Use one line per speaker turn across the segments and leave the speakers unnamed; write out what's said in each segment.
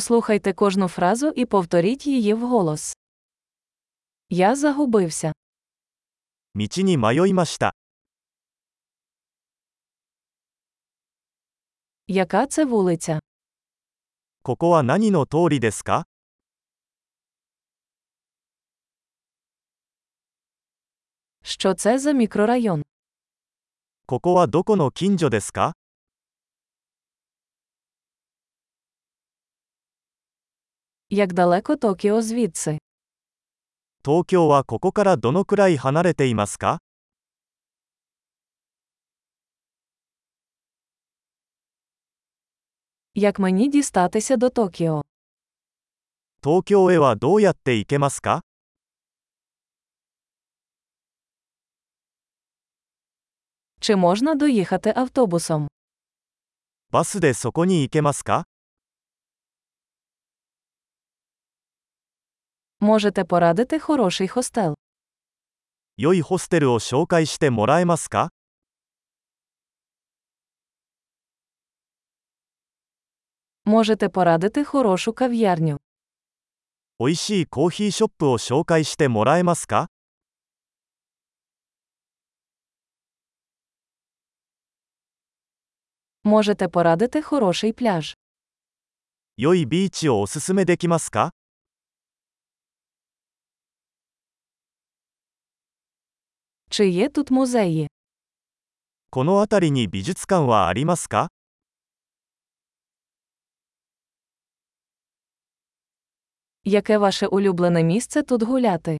Послухайте кожну фразу і повторіть її вголос. Я загубився.
道に迷いました。
Яка це вулиця?
ここは何の通りですか
Що це за мікрорайон?
ここはどこの近所ですか
Як далеко Токіо звідси?
東京はここからどのくらい離れていますか
Як мені дістатися до Токіо?
東京へはどうやって行けますか
Чи можна доїхати автобусом?
バスでそこに行けますか
Можете порадити хороший хостел.
良いホステルを紹介してもらえますか
Можете порадити хорошу кав'ярню.
美味しいコーヒーショップを紹介してもらえますか
Можете порадити хороший пляж.
良いビーチをおすすめできますか
Чи є тут музеї?
この辺りに美術館はありますか
Яке ваше улюблене місце тут гуляти?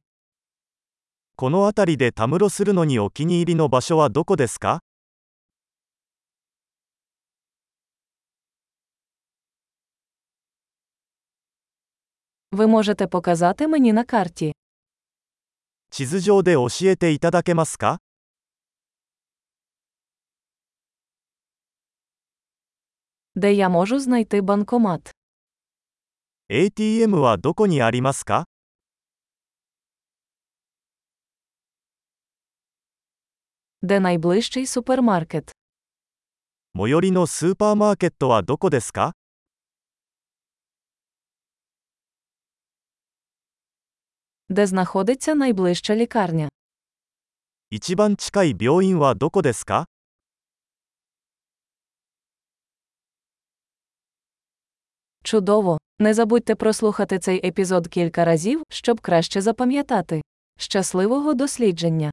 この辺りでたむろするのにお気に入りの場所はどこですか
Ви можете показати мені на карті.
地図上で教えていただけますか
Де я можу знайти банкомат?
ATM はどこにありますか
Де найближчий супермаркет?
最寄りのスーパーマーケットはどこですか
Де знаходиться найближча лікарня?
一番近い病院はどこですか
Чудово! Не забудьте прослухати цей епізод кілька разів, щоб краще запам'ятати. Щасливого дослідження!